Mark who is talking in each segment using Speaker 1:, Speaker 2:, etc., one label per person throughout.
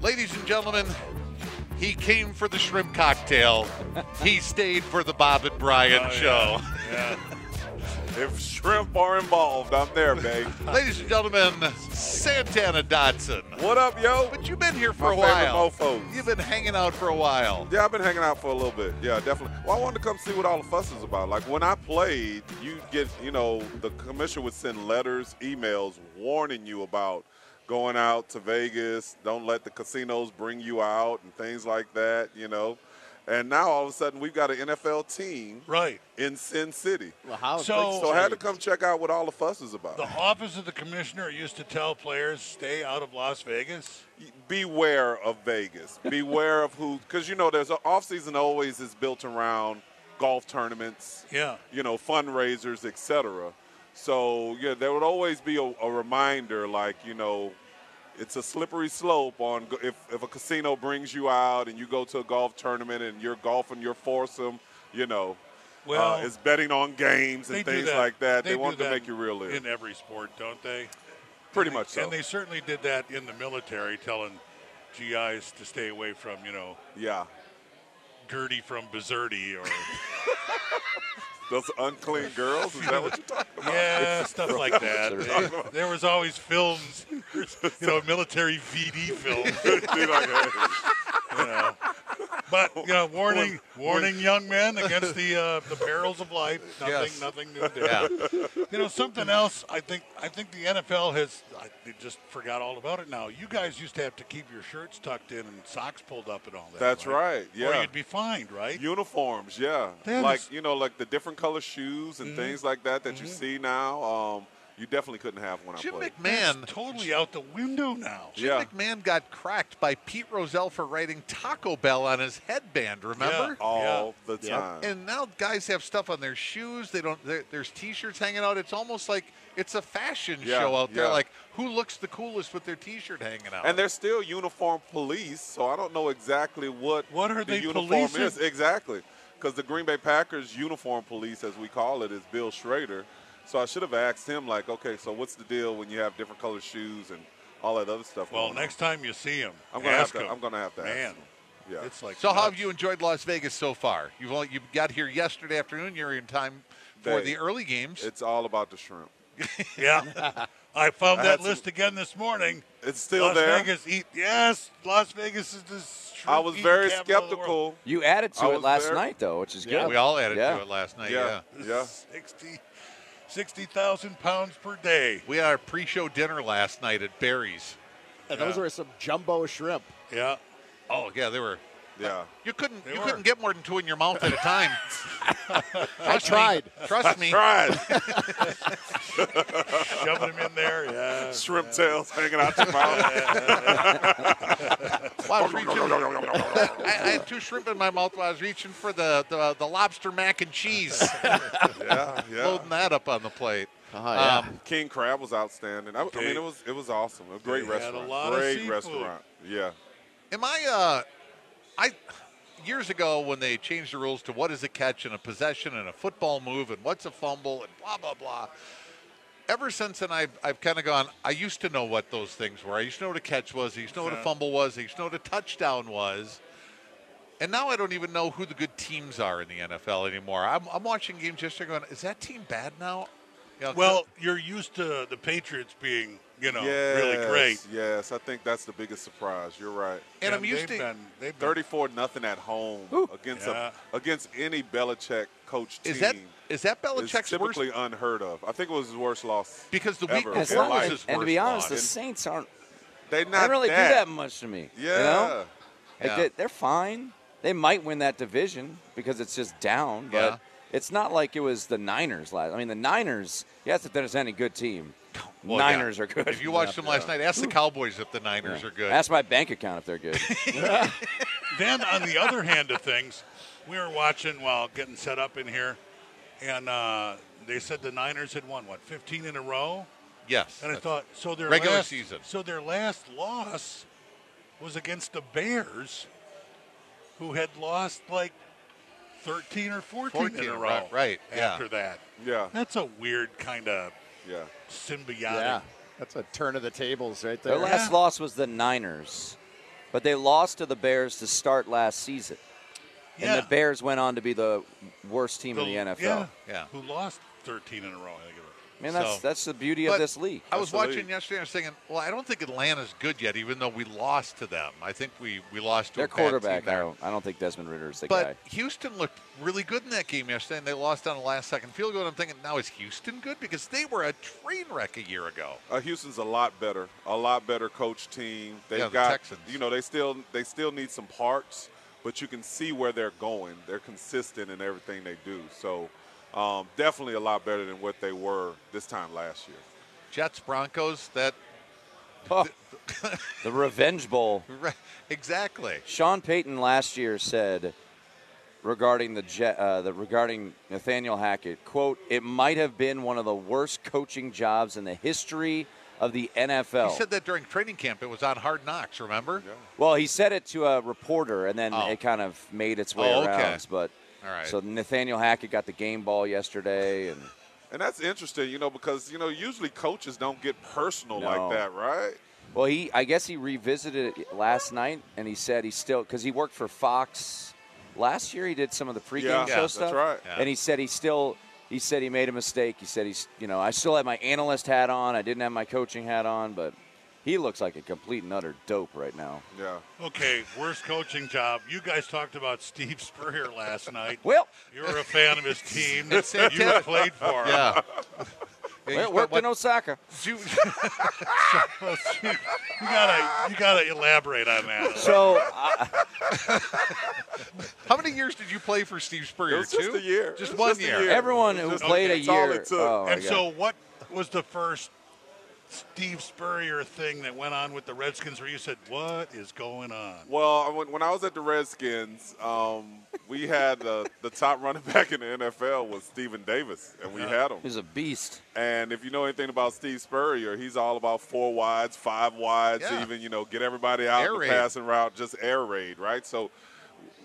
Speaker 1: Ladies and gentlemen, he came for the shrimp cocktail. he stayed for the Bob and Brian
Speaker 2: Oh,
Speaker 1: show.
Speaker 2: Yeah.
Speaker 3: If shrimp are involved, I'm there, babe.
Speaker 1: Ladies and gentlemen, Santana Dotson.
Speaker 3: what up, yo?
Speaker 1: But you've been here for
Speaker 3: My
Speaker 1: a while.
Speaker 3: favorite mofos.
Speaker 1: You've been hanging out for a while.
Speaker 3: Yeah, I've been hanging out for a little bit. Yeah, definitely. Well, I wanted to come see what all the fuss is about. Like when I played, you get, you know, the commissioner would send letters, emails warning you about going out to Vegas. Don't let the casinos bring you out and things like that. You know, and now all of a sudden we've got an NFL team
Speaker 2: Right.
Speaker 3: in Sin City.
Speaker 4: Well, how
Speaker 2: So-
Speaker 1: Oh,
Speaker 4: things
Speaker 3: So I had to
Speaker 4: changed.
Speaker 3: come check out what all the fuss is about.
Speaker 2: The office of the commissioner used to tell players stay out of Las Vegas.
Speaker 3: beware of Vegas. Beware of who, because you know, there's an offseason always is built around golf tournaments,
Speaker 2: Yeah.
Speaker 3: you know, fundraisers, etc. So yeah, there would always be a, a reminder, like you know, it's a slippery slope on go- if if a casino brings you out and you go to a golf tournament and you're golfing, you're foursome, you know.
Speaker 2: Well,
Speaker 3: uh, it's betting on games
Speaker 2: They
Speaker 3: and
Speaker 2: do
Speaker 3: things like that. They,
Speaker 2: do
Speaker 3: wanted to
Speaker 2: that
Speaker 3: make you realize,
Speaker 2: in every sport, don't they?
Speaker 3: pretty much so.
Speaker 2: And they certainly did that in the military, telling GIs to stay away from you know
Speaker 3: yeah,
Speaker 2: Gertie from Bizerti or
Speaker 3: those unclean girls. Is that what you're talking about?
Speaker 2: yeah stuff like that. They- there was always films, you know, military VD films.
Speaker 3: They're like, hey.
Speaker 2: You know. But you know, warning, warning young men against the uh, the perils of life. Nothing,
Speaker 1: Yes.
Speaker 2: nothing new there.
Speaker 1: Yeah.
Speaker 2: You know, something else. I think I think the NFL has I, they just forgot all about it now. You guys used to have to keep your shirts tucked in and socks pulled up and all that.
Speaker 3: That's right.
Speaker 2: Or
Speaker 3: Yeah.
Speaker 2: you'd be fined, right?
Speaker 3: Uniforms, yeah.
Speaker 2: That
Speaker 3: like
Speaker 2: is-
Speaker 3: you know, like the different color shoes
Speaker 2: Mm-hmm.
Speaker 3: and things like that that you see now. Um, you definitely couldn't have when I
Speaker 1: Jim
Speaker 3: played.
Speaker 1: McMahon.
Speaker 2: That's totally out the window now.
Speaker 1: Jim
Speaker 3: Yeah.
Speaker 1: McMahon got cracked by Pete Rozelle for writing Taco Bell on his headband. Remember?
Speaker 2: Yeah.
Speaker 3: all the
Speaker 4: Yeah.
Speaker 3: time.
Speaker 1: And now guys have stuff on their shoes. They don't. there- There's T-shirts hanging out. It's almost like it's a fashion
Speaker 3: Yeah,
Speaker 1: show out there.
Speaker 3: yeah.
Speaker 1: Like who looks the coolest with their T-shirt hanging out?
Speaker 3: And they're still uniform police, so I don't know exactly what
Speaker 2: What are
Speaker 3: the
Speaker 2: they
Speaker 3: uniform
Speaker 2: policing?
Speaker 3: is exactly. Because the Green Bay Packers uniform police, as we call it, is Bill Schrader. So I should have asked him, like, okay, so what's the deal when you have different color shoes and all that other stuff?
Speaker 2: Well,
Speaker 3: going on?
Speaker 2: next time you see him,
Speaker 3: I'm gonna have
Speaker 2: ask
Speaker 3: to-
Speaker 2: 'em.
Speaker 3: I'm gonna have to ask
Speaker 2: Man,
Speaker 3: 'em. yeah,
Speaker 2: it's like
Speaker 1: so how have
Speaker 2: nuts.
Speaker 1: you enjoyed Las Vegas so far? You've only you got here yesterday afternoon. You're in time for
Speaker 3: They-
Speaker 1: the early games.
Speaker 3: it's all about the shrimp.
Speaker 2: Yeah, I found
Speaker 3: I
Speaker 2: that
Speaker 3: had some-
Speaker 2: list again this morning.
Speaker 3: It's still
Speaker 2: Las
Speaker 3: there.
Speaker 2: Vegas eat yes. Las Vegas is the. shrimp
Speaker 3: I was
Speaker 2: eating
Speaker 3: very
Speaker 2: capital of the
Speaker 3: skeptical.
Speaker 2: world.
Speaker 5: You added
Speaker 3: I
Speaker 5: to it
Speaker 3: was
Speaker 5: last
Speaker 3: there.
Speaker 5: night, though, which is
Speaker 2: Yeah,
Speaker 5: good.
Speaker 1: we all added
Speaker 5: Yeah.
Speaker 1: to it last
Speaker 5: Oh,
Speaker 1: night.
Speaker 3: Yeah, yeah.
Speaker 2: 60 60,000 pounds per day.
Speaker 1: We had our pre-show dinner last night at Barry's.
Speaker 4: And those were some jumbo shrimp.
Speaker 2: Yeah.
Speaker 1: Oh yeah, they were.
Speaker 3: Yeah.
Speaker 1: You couldn't.
Speaker 2: They
Speaker 1: you
Speaker 2: were.
Speaker 1: couldn't get more than two in your mouth at a time.
Speaker 4: I tried.
Speaker 1: Trust me.
Speaker 3: Tried.
Speaker 2: Shoving them in there. Yeah.
Speaker 3: Shrimp tails hanging out your mouth.
Speaker 1: Well, I was reaching- I, I had two shrimp in my mouth while I was reaching for the, the, the lobster mac and cheese,
Speaker 3: yeah, yeah.
Speaker 1: loading that up on the plate.
Speaker 4: Oh,
Speaker 5: Uh,
Speaker 4: yeah.
Speaker 1: Um,
Speaker 3: King crab was outstanding. I, I mean, it was it was awesome. A great
Speaker 2: They had a
Speaker 3: restaurant.
Speaker 2: lot of
Speaker 3: great
Speaker 2: seafood.
Speaker 3: restaurant. Yeah.
Speaker 1: am I? Uh, I years ago when they changed the rules to what is a catch and a possession and a football move and what's a fumble and blah blah blah. Ever since then, I've, I've kind of gone. I used to know what those things were. I used to know what a catch was. I used to know what a fumble was. I used to know what a touchdown was. And now I don't even know who the good teams are in the NFL anymore. I'm, I'm watching games yesterday going, is that team bad now? You know,
Speaker 2: Well, you're used to the Patriots being, you know, really
Speaker 3: Yes,
Speaker 2: great.
Speaker 3: Yes, I think that's the biggest surprise. You're right.
Speaker 1: And I'm used
Speaker 2: they've
Speaker 1: to-
Speaker 2: been- they've been-
Speaker 3: 34 nothing at home against
Speaker 2: Yeah.
Speaker 3: a, against any Belichick coach team
Speaker 1: Is that is that
Speaker 3: is
Speaker 1: Belichick's worst?
Speaker 3: typically unheard of. I think it was his worst loss.
Speaker 1: Because the week
Speaker 3: ever.
Speaker 5: As
Speaker 3: in
Speaker 1: before
Speaker 5: long
Speaker 1: was
Speaker 3: life.
Speaker 5: as,
Speaker 1: his
Speaker 5: and to
Speaker 1: worst
Speaker 5: be honest, the
Speaker 1: loss.
Speaker 5: Saints aren't
Speaker 3: they not
Speaker 5: they really
Speaker 3: that.
Speaker 5: do that much to me.
Speaker 3: Yeah.
Speaker 5: You know? Like
Speaker 1: Yeah.
Speaker 5: they, they're fine. They might win that division because it's just down, but
Speaker 1: Yeah.
Speaker 5: it's not like it was the Niners last. I mean, the Niners. Yes, if there's any good team,
Speaker 1: Well, yeah.
Speaker 5: Niners are good.
Speaker 1: If you watched them last night, ask the Cowboys if the Niners are good.
Speaker 5: Ask my bank account if they're good.
Speaker 2: Then on the other hand of things, we were watching while getting set up in here, and uh, they said the Niners had won what 15 in a row.
Speaker 1: yes.
Speaker 2: And I thought, so their
Speaker 1: Regular
Speaker 2: last,
Speaker 1: season.
Speaker 2: So their last loss was against the Bears, who had lost like thirteen or fourteen, in
Speaker 1: 14,
Speaker 2: a row.
Speaker 1: right, right, yeah.
Speaker 2: After that,
Speaker 3: Yeah.
Speaker 2: that's a weird kind of
Speaker 3: Yeah.
Speaker 2: symbiotic.
Speaker 4: Yeah. That's a turn of the tables right
Speaker 5: Their
Speaker 4: there.
Speaker 5: last loss was the Niners. But they lost to the Bears to start last season.
Speaker 2: Yeah.
Speaker 5: And the Bears went on to be the worst team
Speaker 2: The-
Speaker 5: in the NFL.
Speaker 2: Yeah,
Speaker 1: Yeah.
Speaker 2: Who lost 13 in a row, I think it was.
Speaker 5: I mean, that's
Speaker 1: So-
Speaker 5: that's the beauty
Speaker 1: But
Speaker 5: of this league.
Speaker 1: I was
Speaker 3: That's the
Speaker 1: watching
Speaker 3: league.
Speaker 1: yesterday. I was thinking, well, I don't think Atlanta's good yet, even though we lost to them. I think we, we lost to
Speaker 5: Their
Speaker 1: a bad team
Speaker 5: quarterback, I
Speaker 1: there.
Speaker 5: don't, I don't think Desmond Ritter is the
Speaker 1: But
Speaker 5: guy.
Speaker 1: Houston looked really good in that game yesterday, and they lost on a last second field goal. And I'm thinking, now is Houston good? Because they were a train wreck a year ago.
Speaker 3: Uh, Houston's a lot better, a lot better coach team. They've
Speaker 1: Yeah, the
Speaker 3: got,
Speaker 1: Texans.
Speaker 3: you know, they still they still need some parts, but you can see where they're going. They're consistent in everything they do. So um, definitely a lot better than what they were this time last year.
Speaker 1: Jets, Broncos, that.
Speaker 5: Oh, the Revenge Bowl.
Speaker 1: Right, exactly.
Speaker 5: Sean Payton last year said regarding the, Je- uh, the regarding Nathaniel Hackett, quote, "It might have been one of the worst coaching jobs in the history of the NFL."
Speaker 1: He said that during training camp. It was on Hard Knocks, remember?
Speaker 5: well, he said it to a reporter, and then
Speaker 1: Oh.
Speaker 5: it kind of made its way
Speaker 1: Oh, okay.
Speaker 5: around. But
Speaker 1: All right.
Speaker 5: so Nathaniel Hackett got the game ball yesterday, and
Speaker 3: And that's interesting, you know, because you know usually coaches don't get personal
Speaker 5: No.
Speaker 3: like that, right?
Speaker 5: Well, he I guess he revisited it last night, and he said he still because he worked for Fox last year. He did some of the pregame
Speaker 3: Yeah,
Speaker 5: show
Speaker 3: that's
Speaker 5: stuff,
Speaker 3: right.
Speaker 1: Yeah.
Speaker 5: And he said he still he said he made a mistake. He said he's you know I still had my analyst hat on. I didn't have my coaching hat on, but he looks like a complete and utter dope right now.
Speaker 3: Yeah.
Speaker 2: Okay, worst coaching job. You guys talked about Steve Spurrier last night.
Speaker 5: Well,
Speaker 2: you were a fan of his team. you
Speaker 1: That's it, yeah.
Speaker 2: played for him.
Speaker 1: Yeah. Yeah, you
Speaker 5: it
Speaker 1: spent
Speaker 5: worked in
Speaker 1: what-
Speaker 5: Osaka.
Speaker 2: Oh, shoot. you gotta, you gotta elaborate on that.
Speaker 5: So I,
Speaker 1: How many years did you play for Steve Spurrier?
Speaker 3: It was just
Speaker 1: Two?
Speaker 3: a year. It
Speaker 1: Just
Speaker 3: was
Speaker 1: one
Speaker 3: just a
Speaker 1: year.
Speaker 3: year.
Speaker 5: everyone who
Speaker 3: Just-
Speaker 5: played a
Speaker 3: that's all it
Speaker 5: year,
Speaker 3: took.
Speaker 5: oh, my
Speaker 2: and
Speaker 5: God.
Speaker 2: so, what was the first Steve Spurrier thing that went on with the Redskins, where you said, "What is going on?"
Speaker 3: Well, I- when, when I was at the Redskins, um, we had uh, the top running back in the NFL was Steven Davis, and we had him.
Speaker 5: he was a beast.
Speaker 3: And if you know anything about Steve Spurrier, he's all about four wides, five wides,
Speaker 1: Yeah.
Speaker 3: even you know get everybody out
Speaker 1: Air
Speaker 3: in the
Speaker 1: raid.
Speaker 3: passing route, just air raid, right? So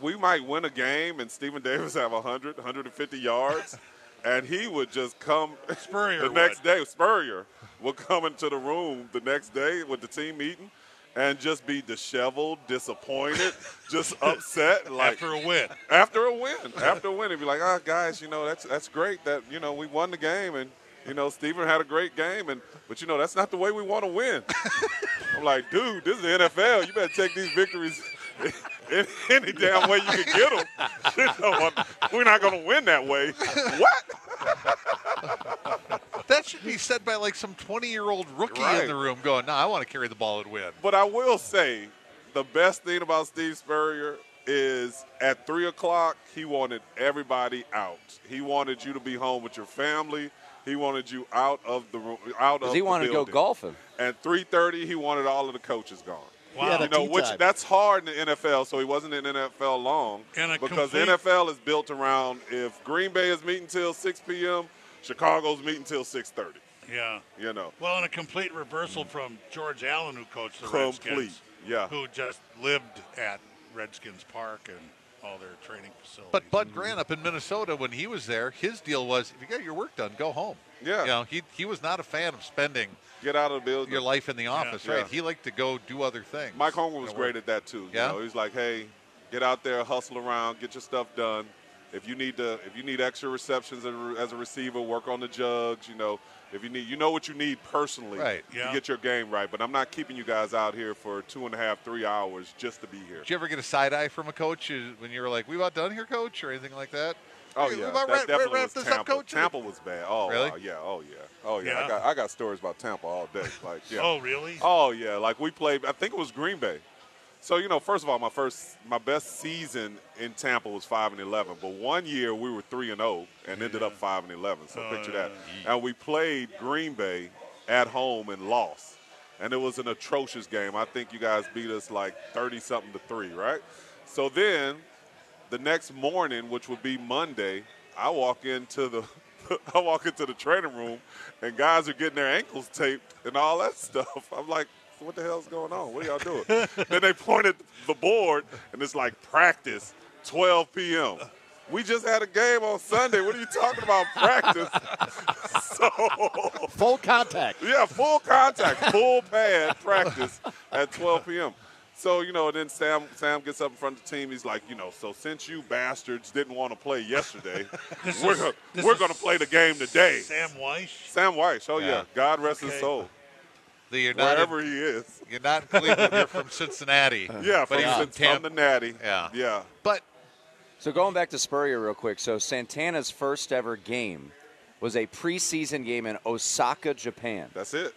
Speaker 3: we might win a game and Stephen Davis have 100, 150 yards, and he would just come
Speaker 2: Spurrier
Speaker 3: the
Speaker 2: would.
Speaker 3: next day. Spurrier would come into the room the next day with the team meeting and just be disheveled, disappointed, just upset, like
Speaker 2: After a win,
Speaker 3: after a win, after a win, it'd be like, ah, guys, you know, that's that's great that you know we won the game and you know Steven had a great game and but you know that's not the way we want to win. I'm like, dude, this is the NFL. You better take these victories in any damn way you can get them. You know, we're not gonna win that way. What?
Speaker 1: That should be said by like some 20 year old rookie
Speaker 3: Right.
Speaker 1: in the room going, no, I want to carry the ball and win.
Speaker 3: But I will say, the best thing about Steve Spurrier is at three o'clock, he wanted everybody out. He wanted you to be home with your family. He wanted you out of the room, out of.
Speaker 5: Because he
Speaker 3: the
Speaker 5: wanted to go
Speaker 3: building.
Speaker 5: golfing.
Speaker 3: And three thirty, he wanted all of the coaches gone.
Speaker 2: Wow.
Speaker 4: Yeah,
Speaker 3: You
Speaker 4: the
Speaker 3: know,
Speaker 4: tea
Speaker 3: which
Speaker 4: time.
Speaker 3: that's hard in the NFL. So he wasn't in the NFL long
Speaker 2: And a
Speaker 3: because
Speaker 2: complete-
Speaker 3: the NFL is built around if Green Bay is meeting till six p.m., Chicago's meeting till six thirty.
Speaker 2: yeah.
Speaker 3: You know.
Speaker 2: Well, and a complete reversal from George Allen, who coached the
Speaker 3: Complete,
Speaker 2: Redskins,
Speaker 3: yeah.
Speaker 2: who just lived at Redskins Park and all their training facilities.
Speaker 1: But
Speaker 3: Mm-hmm.
Speaker 1: Bud Grant up in Minnesota, when he was there, his deal was if you got your work done, go home.
Speaker 3: Yeah.
Speaker 1: You know, he, he was not a fan of spending
Speaker 3: Get out of the building.
Speaker 1: your life in the office,
Speaker 3: Yeah.
Speaker 1: right? He liked to go do other things.
Speaker 3: Mike Holmgren was
Speaker 1: You know,
Speaker 3: great at that too.
Speaker 1: Yeah?
Speaker 3: You know, he's like, hey, get out there, hustle around, get your stuff done. If you need to, if you need extra receptions as a- as a receiver, work on the jugs. You know, if you need, you know what you need personally
Speaker 1: Right.
Speaker 2: Yeah.
Speaker 3: to get your game right. But I'm not keeping you guys out here for two and a half, three hours just to be here.
Speaker 1: Did you ever get a side eye from a coach uh, when you were like, "We about done here, coach," or anything like that?
Speaker 3: Oh
Speaker 1: Hey, we
Speaker 3: yeah,
Speaker 1: about
Speaker 3: that
Speaker 1: wrap-
Speaker 3: definitely
Speaker 1: wrap
Speaker 3: was
Speaker 1: this
Speaker 3: Tampa.
Speaker 1: up, coach.
Speaker 3: Tampa was bad. Oh
Speaker 1: Really?
Speaker 3: wow, yeah. Oh yeah. Oh yeah.
Speaker 2: Yeah.
Speaker 3: I, got, I got stories about Tampa all day. Like yeah.
Speaker 2: Oh, really?
Speaker 3: Oh yeah, like we played. I think it was Green Bay. So you know, first of all, my first, my best season in Tampa was five and eleven. But one year we were three and zero and ended up five and eleven. So picture that. And we played Green Bay at home and lost. And it was an atrocious game. I think you guys beat us like thirty something to three, right? So then the next morning, which would be Monday, I walk into the I walk into the training room, and guys are getting their ankles taped and all that stuff. I'm like, what the hell's going on? What are y'all doing? then they pointed the board, and it's like practice, 12 p.m. We just had a game on Sunday. What are you talking about practice? so
Speaker 4: Full contact.
Speaker 3: yeah, full contact, full pad practice at 12 p.m. So you know, then Sam Sam gets up in front of the team. He's like, you know, so since you bastards didn't want to play yesterday,
Speaker 2: This
Speaker 3: we're
Speaker 2: is-
Speaker 3: gonna,
Speaker 2: this
Speaker 3: we're
Speaker 2: is-
Speaker 3: gonna play the game today. Sam,
Speaker 2: Sam Weish.
Speaker 3: Weiss. Oh yeah,
Speaker 1: Yeah.
Speaker 3: God rest his
Speaker 2: Okay.
Speaker 3: soul.
Speaker 1: The, you're not in-
Speaker 3: Wherever he is.
Speaker 1: You're not in Cleveland. you're from Cincinnati.
Speaker 3: Yeah,
Speaker 1: but
Speaker 3: from,
Speaker 1: he's
Speaker 3: the-
Speaker 1: in
Speaker 3: from
Speaker 1: Tampa.
Speaker 3: the Natty.
Speaker 1: Yeah.
Speaker 3: yeah.
Speaker 1: but
Speaker 5: So going back to Spurrier real quick. So Santana's first ever game was a preseason game in Osaka, Japan.
Speaker 3: That's it.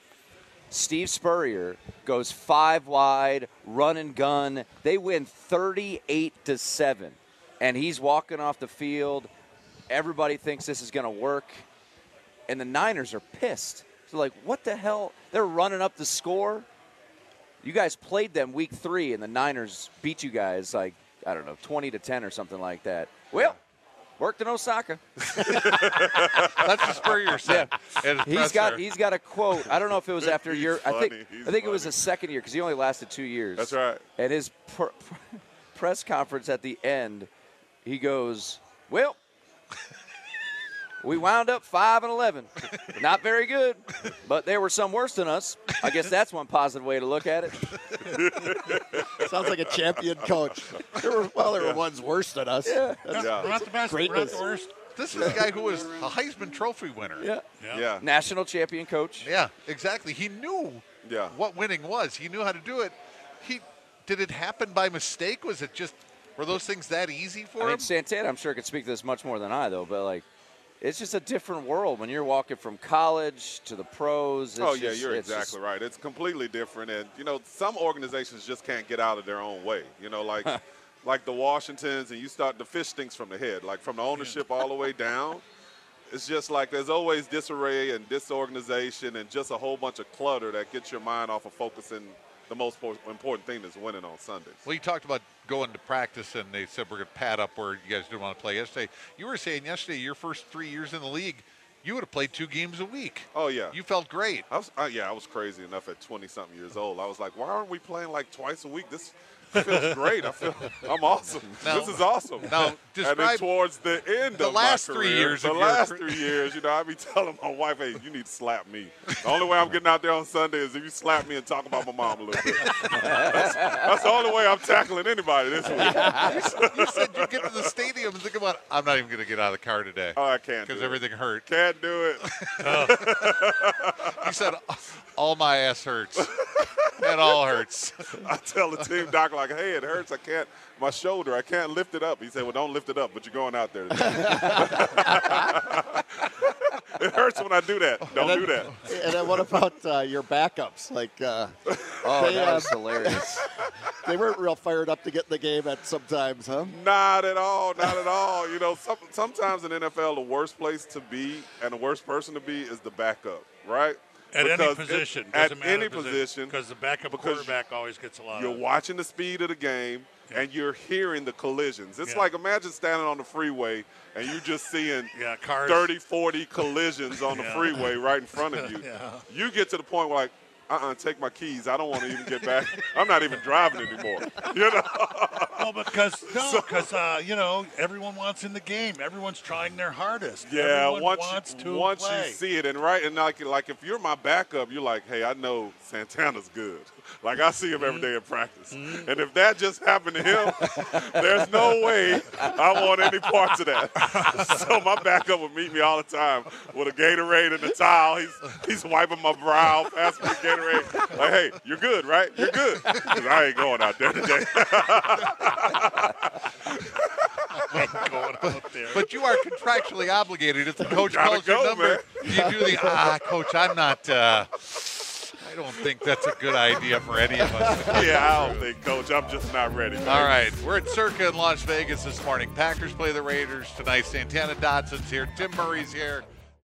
Speaker 5: Steve Spurrier goes five wide, run and gun. They win 38 to 7. And he's walking off the field. Everybody thinks this is going to work. And the Niners are pissed. So, like, what the hell? They're running up the score. You guys played them week three, and the Niners beat you guys, like, I don't know, 20 to 10 or something like that. Well, worked in Osaka.
Speaker 1: that's what Spurrier said. Yeah.
Speaker 5: He's got he's got a quote. I don't know if it was after
Speaker 3: He's
Speaker 5: your. I think
Speaker 3: funny. He's
Speaker 5: I think it was
Speaker 3: funny.
Speaker 5: the second year because he only lasted two years.
Speaker 3: That's right.
Speaker 5: At his pr- pr- press conference at the end, he goes, "Well, we wound up five and eleven. Not very good, but there were some worse than us. I guess that's one positive way to look at it.
Speaker 4: Sounds like a champion coach. There were, well, there were ones worse than us.
Speaker 3: Yeah.
Speaker 2: We're not the best. We're not
Speaker 4: greatness.
Speaker 2: the worst.
Speaker 1: this is a guy who was a Heisman Trophy winner.
Speaker 5: Yeah,
Speaker 2: Yeah.
Speaker 3: Yeah.
Speaker 5: national champion coach.
Speaker 1: Yeah, exactly. He knew
Speaker 3: Yeah.
Speaker 1: what winning was. He knew how to do it. He did it happen by mistake? Was it just were those things that easy for
Speaker 5: I
Speaker 1: him?
Speaker 5: mean, Santana, I'm sure could speak to this much more than I, though. But like, it's just a different world when you're walking from college to the pros. It's
Speaker 3: Oh yeah,
Speaker 5: just-
Speaker 3: you're
Speaker 5: it's
Speaker 3: exactly
Speaker 5: just-
Speaker 3: right. It's completely different, and you know some organizations just can't get out of their own way. You know, like like the Washingtons, and you start to fish things from the head, like from the ownership all the way down. It's just like there's always disarray and disorganization, and just a whole bunch of clutter that gets your mind off of focusing the most po- important thing that's winning on Sundays.
Speaker 1: well, you talked about going to practice, and they said we're going to pad up where you guys didn't want to play yesterday. You were saying yesterday, your first three years in the league, you would have played two games a week.
Speaker 3: Oh yeah,
Speaker 1: You felt great.
Speaker 3: I was, uh, yeah, I was crazy enough at 20 something years old. I was like, why aren't we playing like twice a week? This feels great. I feel I'm awesome.
Speaker 1: Now-
Speaker 3: this is awesome.
Speaker 1: now,
Speaker 3: and then
Speaker 1: describe-
Speaker 3: towards the end
Speaker 1: the
Speaker 3: of my
Speaker 1: last three
Speaker 3: career,
Speaker 1: years
Speaker 3: the
Speaker 1: of your
Speaker 3: last
Speaker 1: career.
Speaker 3: three years, you know, I be telling my wife, hey, you need to slap me. The only way I'm getting out there on Sunday is if you slap me and talk about my mom a little bit. that's, that's the only way I'm tackling anybody this week.
Speaker 1: you said you get to the stadium and think about, I'm not even going to get out of the car today
Speaker 3: Oh, I can't.
Speaker 1: because
Speaker 3: do it.
Speaker 1: everything hurt.
Speaker 3: Can't do it.
Speaker 1: He said, "All my ass hurts. it all hurts."
Speaker 3: I tell the team doc like, hey, it hurts. I can't. My shoulder. I can't lift it up. He said, well, don't lift it up, but you're going out there. today." it hurts when I do that. Don't do that.
Speaker 4: And then what about uh, your backups? Like, uh,
Speaker 5: Oh,
Speaker 4: They,
Speaker 5: that
Speaker 4: uh,
Speaker 5: was hilarious.
Speaker 4: they weren't real fired up to get in the game at sometimes, huh?
Speaker 3: Not at all. Not at all. You know, some, sometimes in NFL, the worst place to be and the worst person to be is the backup, right?
Speaker 2: At any
Speaker 3: Because it-
Speaker 2: position.
Speaker 3: at
Speaker 2: doesn't matter
Speaker 3: any
Speaker 2: the uh,
Speaker 3: position,
Speaker 2: Because the backup
Speaker 3: because
Speaker 2: quarterback always gets a lot
Speaker 3: You're
Speaker 2: of
Speaker 3: watching the speed of the game and you're hearing the collisions. It's
Speaker 2: Yeah.
Speaker 3: like imagine standing on the freeway and you just seeing
Speaker 2: Yeah, cars.
Speaker 3: 30, 40 collisions on the
Speaker 2: Yeah.
Speaker 3: freeway right in front of you.
Speaker 2: Yeah.
Speaker 3: You get to the point where like, uh-uh, take my keys. I don't want to even get back. I'm not even driving anymore. You know?
Speaker 2: Well, because no, because uh, you know everyone wants in the game. Everyone's trying their hardest.
Speaker 3: Yeah,
Speaker 2: Everyone
Speaker 3: once
Speaker 2: wants
Speaker 3: you,
Speaker 2: to
Speaker 3: once
Speaker 2: play.
Speaker 3: you see it and right and like like if you're my backup, you're like, hey, I know Santana's good. Like I see him every day in practice, and if that just happened to him, there's no way I want any parts of that. so my backup would meet me all the time with a Gatorade and a towel. He's he's wiping my brow, passing me the Gatorade. Like, hey, you're good, right? You're good. 'Cause I ain't going out there today.
Speaker 2: going out there.
Speaker 1: But you are contractually obligated if the coach
Speaker 3: Gotta
Speaker 1: calls
Speaker 3: go,
Speaker 1: your number. You do the ah, coach. I'm not. Uh, I don't think that's a good idea for any of us.
Speaker 3: yeah, I don't think, Coach. I'm just not ready.
Speaker 1: All right, we're at Circa in Las Vegas this morning. Packers play the Raiders tonight. Santana Dotson's here. Tim Murray's here.